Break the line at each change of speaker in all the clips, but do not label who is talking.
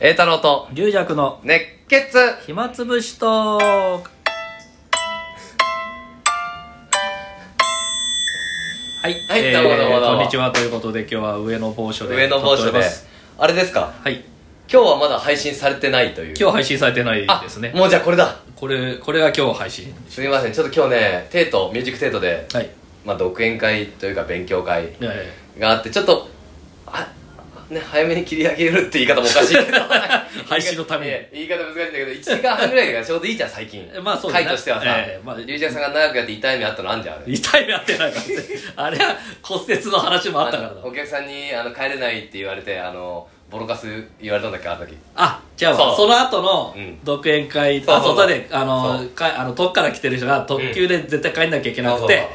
栄太郎と
龍尺の
熱血
暇つぶしトークはい、
はい
えー
どうもどうもどうも
こんにちはということで今日は上の某所で
上の
撮
帽
ってお
子
りま
ですあれですか
はい
今日はまだ配信されてないという
今日配信されてない
あ
ですね
もうじゃあこれだ
これこれが今日配信
すみませんちょっと今日ねテートミュージックテートで、
はい
まあ、独演会というか勉強会
え
があってちょっとあね、早めに切り上げるって言い方もおかしいけ ど
配信のために
ええ言い方難しいんだけど1時間半ぐらいがちょうどいいじゃん最近
え まあそうだね
回としてはさ、
ええまあ
リュウジャーさんが長くやって痛い目あったのあんじゃんあれ
え痛い目あってないからねあれは骨折の話もあったからだ
のお客さんにあの帰れないって言われてあのボロカス言われたんだっけあの時
あじゃあ
そう
その後の
うん
独演会
そう
あ
そうそう
外であ
そ
のかあの遠くから来てる人が特急で絶対帰んなきゃいけな
うん
く
そうそう
て、えー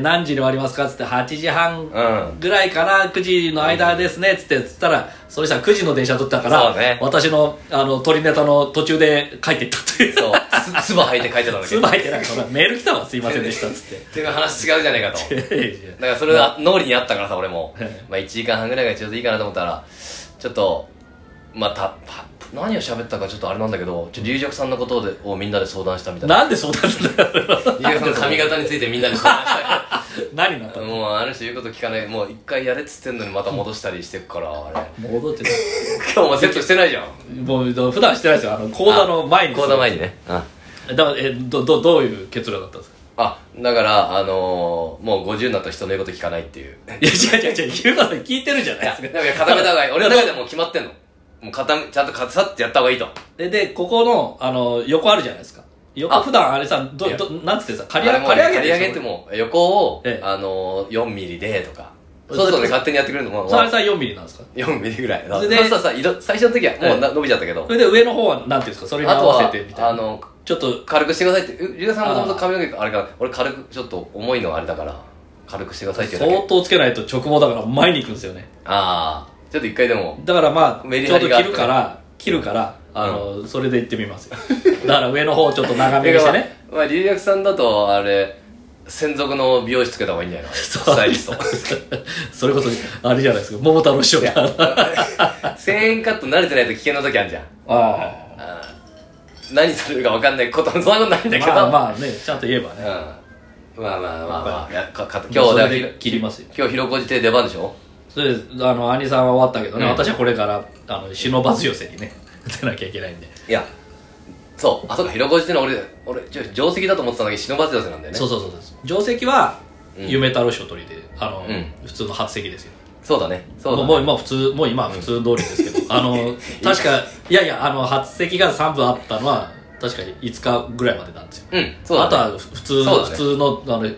何時に終わりますかっつって8時半
うん
ぐらいかな9時の間ですねっつってつったらその人は9時の電車取ったから、
そうね
私のあの鳥ネタの途中で帰っていったという
そう つ つば履いて帰ってたんだけ
つ
ど
ば入ってなんかメール来たわすいませんでしたっつって
ていう話違うじゃねえか とだからそれは脳裏にあったからさ俺も
はい
まあ1時間半ぐらいがちょうどいいかなと思ったらちょっとまあたた何を喋ったかちょっとあれなんだけどちょっと龍尺さんのことでをみんなで相談したみたいな
なんでそうなったんだろう
龍尺さんの髪型についてみんなで相談した
何になったの
もうあの人言うこと聞かないもう一回やれっつってんのにまた戻したりしてくから あれ
もう戻ってない
今日もセットしてないじゃん
もう普段してないですよあの講座の前に
講座前にねうん
だからえどどどういう結論だったんですか
あだからあのー、もう50になった人の言うこと聞かないっていう
いや、違う違う違う、ゆうかさん聞いてるじゃ
い
ないで
や、
す
なん
か。
か固めた方 がいい。俺の中でもう決まってんの。もう固め、ちゃんとかさってやった方がいいと。
で、で、ここの、あの、横あるじゃないですか。横、
あ
普段あれさ、ど
い、や
ど、なんつってさ、
刈
刈り上げ、刈り上げ
り上げってもう、横を
え、え
あのー、4ミリでとか。
え
そうするとね、勝手にやってくれるの。もう
それあれさ、4ミリなんですか
4ミリぐらい。そ
そうれで
そうさ、色最初の時はもうな伸びちゃったけど
そ。れで上の方は、なんていうんですか、それに
あ
合
と
わ
は
せてみ、た
あ
いな。
の、
ちょっと、
軽くしてくださいって。うゆうさんもともと髪の毛あれから、俺軽く、ちょっと重いのがあれだから、軽くしてくださいって言うだ
相
け。
当つけないと直毛だから前に行くんですよね。
ああ、ちょっと一回でも。
だからまあ、
メリ
ちょ
ハ
うど
リが
切るから、切るから、あの、それで行ってみますよ。だから上の方をちょっと長め
だ
にし
か
て
ら
ね。、
まあ、龍薬さんだと、あれ、専属の美容師つけた方がいいんじゃないかな。スタイリス ト。
それこそ、あれじゃないですか、桃太郎師匠が。
1000円カット慣れてないと危険な時あるじゃん
あ
何されるか分かんないことそんなことないんだけど
まあまあね、ちゃんと言えばね。
うん、まあまあまあまあいやかか今日
もうそ
だ
れ
か
で
ら
切りますよ
今日広小路亭出番でしょ
そうですあの兄さんは終わったけどね、
うん
私はこれからあの忍ばず寄せにね出なきゃいけないんで、
いやそうあそうか広小路亭の俺俺ちょ定石だと思ってたんだけど忍ばず寄せなんだよね
そう
そ
そうそうです定石は、
うん
夢太郎賞取りであの、
うん
普通の初席ですよ
うだねそうだね
もうもう今普通もう今は普通通りですけど、あの確かいやいやあの初席が3部あったのは確かに5日ぐらいまでなんですよ、
うんそうだ、ね、
あとは普通、
そうだね
普通のあの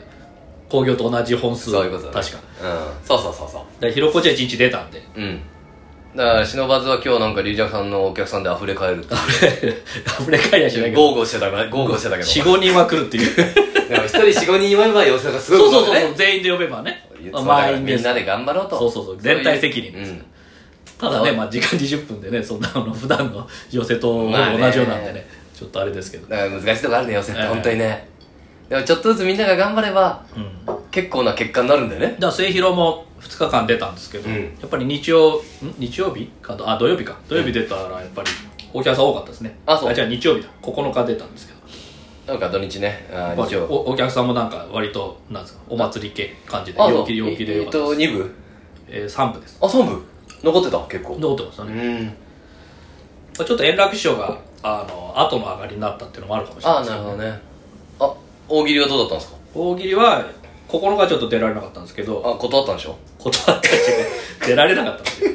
興行と同じ本数
そういうことだ、ね、
確か
うんそうそうそうそ
でひろこちは1日出たんで
ううんだから忍ばずは今日なんか龍尺さんのお客さんで溢れ返るって
あふれ返りはしないけど
豪語してたから豪語してたけど
45人は来るっ ていう
でも一人45人祝えば寄せがすごい
そう
こ
そう
と
そう
だね
そう、全員で呼べばね
そう。
まあ
だから
満員
みんな
で
で頑張ろうと
そうそうそう
い
連帯責任で
う
す
ん
すただね、まあ、時間20分でね、そんなあの普段の寄せとほぼ同じようなんで
まあね
ね、ちょっとあれですけど。
だから難しいとこあるね寄せって
ええ
本当にねでもちょっとずつみんなが頑張れば
うん。だか
結構な結果になるんだよね
ら、末広も2日間出たんですけど、
うん
やっぱり日曜、ん日曜日かとあ、土曜日か。土曜日出たら、やっぱり、お客さん多かったですね。
あそう
じゃあ日曜日だ。9日出たんですけど。
なんか土日ねあ
やっ
ー
ぱ
日
り
曜
おお客さんもなんか、割と、なんですか、お祭り系感じで、
あ
陽気で
そう
陽気で
え
よ
っ
かった
と
です。
2部
えー、3部です。
あ三部残ってた結構
残ってますよ
う
ね。
ん
まあちょっと円楽師匠が、あの、後の上がりになったっていうのもあるかもしれない
あ
です
な
け
る
ど
ほどねあ大喜利はどうだったんですか
大喜利は心がちょっと出られなかったんですけど
あ断ったんでし ょ
断ったし出られなかったんですよ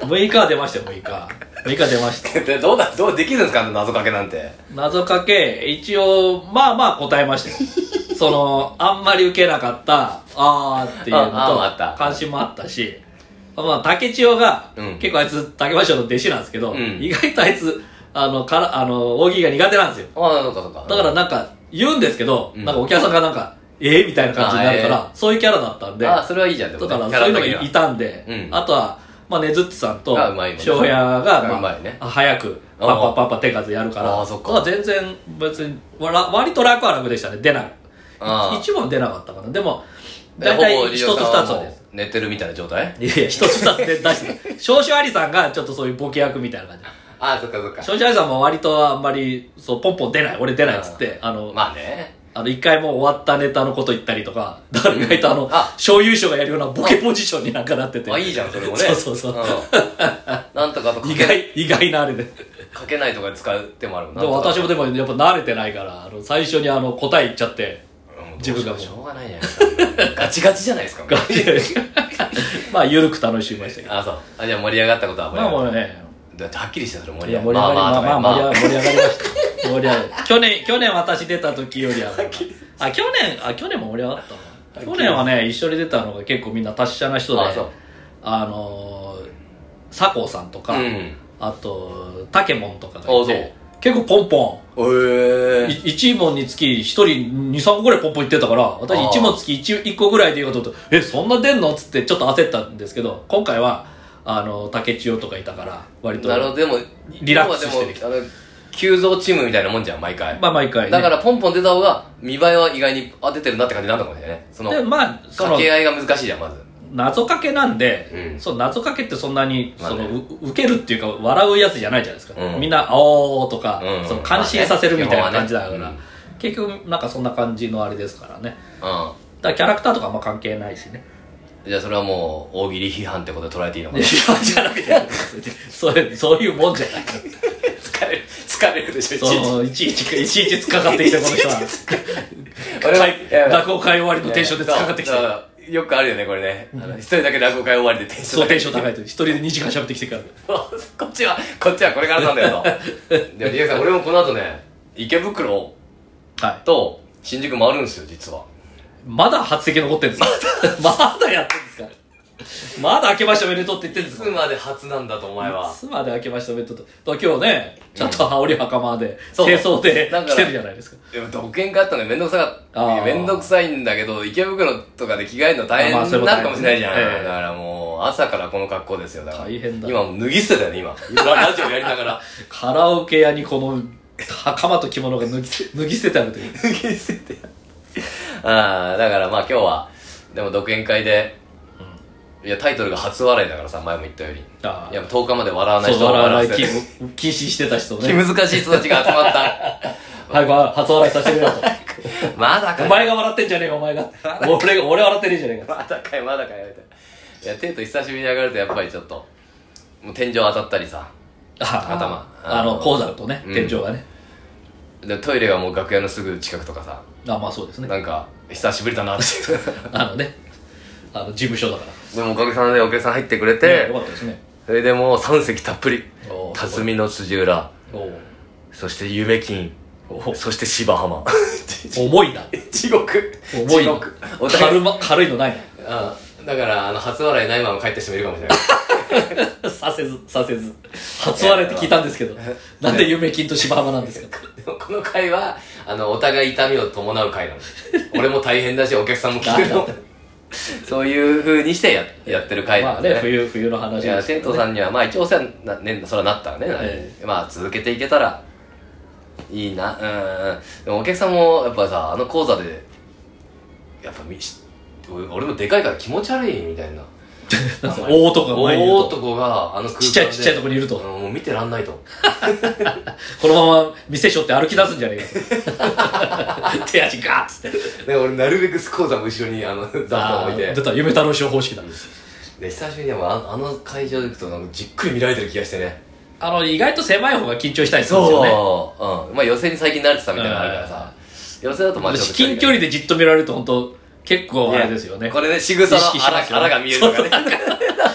6日は出ましたよ6日6日出ました
でどうだどうできるんですか謎かけなんて
謎かけ一応まあまあ答えましたよそのあんまり受けなかったあーっていうのと
ああーあった
関心もあったしまあ竹千代が、
うん
結構あいつ竹橋の弟子なんですけど、
うん
意外とあいつあのからあの大喜利が苦手なんですよ
ああそうかそうか
だからなんか言うんですけど、
うん
なんかお客さんがなんかえー、みたいな感じになるから、
あ
そういうキャラだったんで
あーそれはいいじゃんでも
だ
ね
から
キャラ
そういうの
的に
が
はい
たんで、
うん
あとは、まあ、ねずっちさんと
あうまいもんね
翔平が、
う
ま
ま
あ
いね
早くパッパッパッパ手数やるから
ああそっか
だら全然別にわら割と楽は楽でしたね出ない
ああ
一問出なかったかなでも
え
大体
ほぼ
一つ二つは
リオさん
です
も寝てるみたいな状態
いやいや、一つ二つで出してた。少々ありさんがちょっとそういうボケ役みたいな感じ。
ああそっかそっか
少々ありさんも割とあんまり、そう、ポンポン出ない、俺出ないっつって、あの、
まあね
あの、一回もう終わったネタのこと言ったりとか、だから意外とあの
あ、
小優勝がやるようなボケポジションになんかなってて。
あいいじゃんそれもね
そうそうそうん
なんとかとか
意
け
外、意外なあれで。
かけないとかで使う手もあるもんな
でも私
も
もでもやっぱ慣れてないから、あの、最初にあの、答え言っちゃって、 自分がもう
しょうがないじゃないですかガチガチじゃないですか
ガチでまあ、ゆるく楽しみましたけど。
あそうあじゃあ盛り上がったことは盛り
まあ
上が
も
っ
うね、
ただってはっきりしてたそれ盛
い
り
や
上
盛
が
り上がり、まあ
まあ
まあ
まあ
盛り上がりました。盛り上がり。去年、去年私出た時よりは、あ、去年、あ、去年も盛り上がったな。去年はね、一緒に出たのが結構みんな達者な人で、
あそう
あのー、佐藤さんとか、
うん
あと、タケモンとかがい
あそう
て、結構ポンポ
え
ン。い1問につき1人2、3個ぐらいポンポンいってたから、私
あー
1問つき 1, 1個ぐらいで言おうと思って、え、そんな出んのっつってちょっと焦ったんですけど、今回は、あの、竹千代とかいたから、割と。
なるほどでも
リラックスしてでき
要はでもあの急増チームみたいなもんじゃん毎回
まあ毎回、ね。
だからポンポン出た方が見栄えは意外にあ出てるなって感じになるのかもしれないねその
でまあそ
掛
の
け合いが難しいじゃんまず
謎かけなんで、
うん
その謎かけってそんなに、
まあ
そ
ね
のう受けるっていうか笑うやつじゃないじゃないですか、
うん
みんな「おー」とか、
うん
その感心させるみたい
ま
な
あね
感じだから、
基本はね
結局なんかそんな感じのあれですからね
う
だからキャラクターとかあんま関係ないしね
んじゃあそれはもう大喜利批判ってことで捉えていいのか
いや
な
じゃなくて そういうそういうもんじゃない
疲れる疲れるでし
そのいちいちいちいちつっかかってきてこの人は
俺は
会
い や
落語会終わりのテンションでつっかかってきて
そうだからよくあるよねこれねあの一人だけ落語会終わりでテンション
そうテンション
い
高いと一人で2時間喋ってきてから
こっちはこっちはこれからなんだよとでもリエさん俺もこの後ね池袋
はい
と新宿回るんですよ実は
まだ発席残ってるんですか まだやってるんですかまだ明けましておめでとうって言ってるん
い
です
つ
か
まで初なんだとお前
い
は
つまで明けましておめでとうと。今日ね、ちゃんと羽織袴で、
そう
清掃で
だから
来てるじゃないですか。
でも独権があったのめんどくさかっ
あー
めんどくさいんだけど池袋とかで着替えるの大
あまあそ
変
ういうこと
な
ね
るかもしれないじゃん、
ええ
だからもう朝からこの格好ですよだから
大変だ
今もう脱ぎ捨てたよね今ラジオやりながら
カラオケ屋にこの袴と着物が脱ぎ捨て脱ぎ捨ててあるという。
脱ぎ捨ててああだからまあ今日はでも独演会で、いやタイトルが初笑いだからさ前も言ったように
あ
いや10日まで笑わない
そう、
人を
笑わない
わせ
禁
る
禁止してた人
気
ね。
難しい人たちが集ま った
はい、まあ初笑いさせてみよ う
まだ
と。
か
お前が笑ってんじゃねえか、お前が。俺が、俺笑ってねえじゃねえか。
まだかいまだかいみたいないやテント久しぶりに上がるとやっぱりちょっともう天井当たったりさ
あ
頭
あの、講座とね、
うん
天井がね。
でトイレがもう楽屋のすぐ近くとかさ
あ、まあそうですね。
なんか久しぶりだなって
あのね、あの、事務所だか
で
ら。
もおかげさんでお客さん入ってくれ
ね
て、
よかったですね。
それでもう3席たっぷり
おーすごい
辰巳の辻浦
おう
そして夢金
おう
そして芝 浜
重いな。
地獄
重い
地
な
獄。お互い
軽ま軽いのない
あだからあの初笑いないまま帰った人もいるかもしれない
な。させず、させず。初割れって聞いたんですけど、なんで夢金と芝浜なんですか
で もこの回はあのお互い痛みを伴う回なの俺も大変だしお客さんも来てるの そういうふうにしてややってる回な
まあ
んで
ね、
すね,、
冬、冬の話
いや
です
生
けど
徒
ね
さんにはまあ一応お世話にな,、ね、それはなったらね、
え
まあ続けていけたらいいなうんでもお客さんもやっぱさあの講座でやっぱみし俺俺もでかいから気持ち悪いみた いな
大男が前にいる
大
と
男があの空間で
ちっちゃいちっちゃいとこにいると
あのもう見てらんないと
このまま店しょって歩き出すんじゃねえか と。手足ガーッつって。
で俺なるべくスコーザも後ろにあの雑貨
あ
置いて
ー出た、夢太郎賞方式だ。
で久しぶりにでもああの会場で行くとなんかじっくり見られてる気がしてね
あの、意外と狭い方が緊張したりするんですよね。
う、うん、まあ予選に最近慣れてたみたいなのあるからさ予選だとまあ
私近距離でじっと見られると本当結構あれですよ
い
ね
やこ。れね仕草
意識
の
し
あ
ます
ら
よ
あらが見えるとかね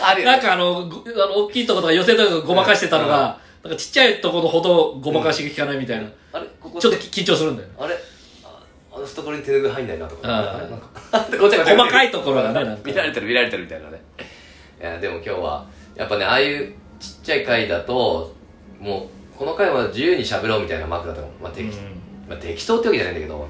あるよ
なん
ね
かあの、ごあの大きいとことか寄せとかごまかしてたのが、なんかちっちゃいところほどごまかしが効かないみたいな。
あれここ
ちょっとき緊張するんだよね。
あれああの懐に手拭い入んないなとか
あー
なんか ごちゃごちゃ
細かいところがねなんか
見られてる見られてるみたいなねいやでも今日はやっぱねああいうちっちゃい回だともうこの回は自由に喋ろうみたいなマークだと思う、まあ適まあ、適当ってわけじゃないんだけど、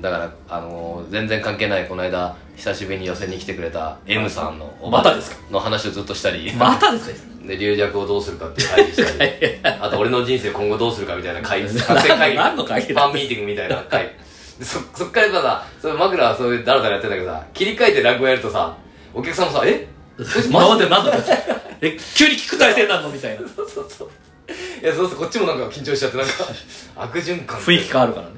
だから、あのー全然関係ないこの間久しぶりに寄せに来てくれた M さんのおば
またですか
の話をずっとしたり、
またですか
で龍弱をどうするかっていう会議 したりあと俺の人生今後どうするかみたいな会議作 戦会議
何の会議
フ
だ
ァンミーティングみたいな会でそそっからやっぱさその枕はそれダラダラやってんだけどさ切り替えて落語やるとさお客さんもさ「え
なんでなんだえ急に聞く体勢なのみたいな
そうそうそう」いやそうするとこっちもなんか緊張しちゃ ってなんか悪循環
雰囲気変わるからね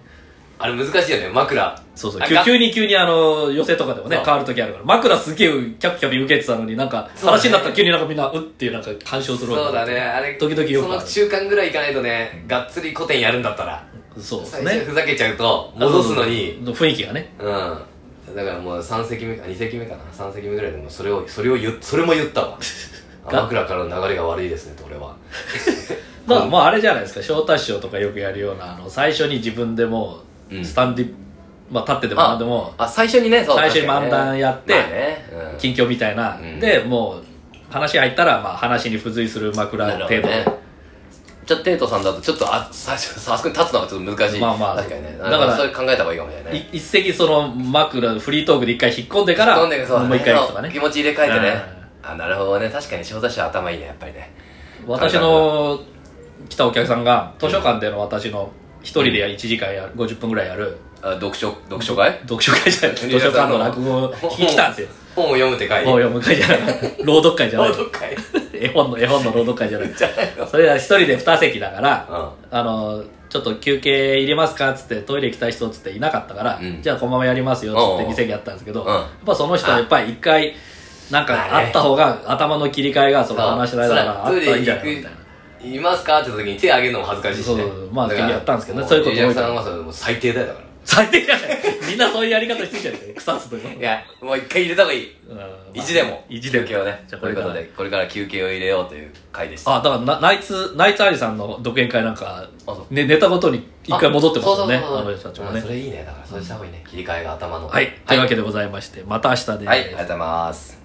あれ難しいよね枕
そうそう
あ
急
が
急に急にあの寄せとかでもね
そう
変わる時あるから枕すげえキャピキャピ受けてたのになんか
そうだね
話になったら急になんかみんなうっていうなんか干渉する
そうだねあれ
時々よくあ
そ
る
の中間ぐらいいかないとねがっつり古典やるんだったら
そうです
最初
ね
ふざけちゃうと戻すの
あ
に
そうそうそう雰囲気がね
うんだからもう3席目か2席目かな3席目ぐらいでもうそれをそれを言っそれも言った わあ
が
枕からの流れが悪いですねと俺は
まあまああれじゃないですか翔太師匠とかよくやるようなあの最初に自分でも
うん
うスタンディ、まあ立ってても何でも
あ最初にねそう
最初に
確か
漫談やって
まあねうん
近況みたいな、
うん
でもう話入ったらまあ話に付随する枕
なるほ
程
ど
度、
ねじゃあテイトさんだとちょっとあ最初あそこに立つのがちょっと難しい
まあまあ
確かにねだ
だか
かららそれ考えた方がいいかもしれないね
い一石その枕フリートークで一回引っ込んでから
そうねそうだね
もう一回行くとかね
気持ち入れ替えてねあなるほどね確かに正座師は頭いいねやっぱりね
私の来たお客さんが図書館での私の一人で1時間やる50分ぐらいやる
あ読書読書会
読書会じゃない図書館の落語を聞きに来たんです よ
本を読むって会
本を読む会じゃない朗読会じゃない
朗読会
絵本の絵本の朗読会じゃない
じゃないの
それは一人で二席だから、
うん
あのちょっと休憩入れますかっつってトイレ行きたい人っつっていなかったから、
うん
じゃあこのままやりますよっつっ
おうお
て
う
二席やったんですけど、
うん
やっぱその人はやっぱり一回なんかあった方が頭の切り替えがその話の間だからあ
そ
った
う
らいいんじゃ
そ
な
う
いみたいな。
いますかって時に手挙げるのも恥ずかしいしね
そうそうまあ
だから
やったんですけどね
も
そういうこと多い
ジュニアさんはそれもう最低だよだか
最低じゃないみんなそういうやり方してんじゃない腐すとか。
らいやもう一回入れた方がいい意地でも
意地でも
休憩をね
じゃあ
とい
こ
う
れ
こ
から
とでこれから休憩を入れようという会でした
あだからなナイツナイツアリさんの独演会なんか
そう、
ね、ネタごとに一回戻ってますもんね
そうそう
あ
そう
の人たちもね
うんそれいいねだからそうした方がいいね切り替えが頭の
はい、というわけでございましてまた明日です、
はい、ありがとうございます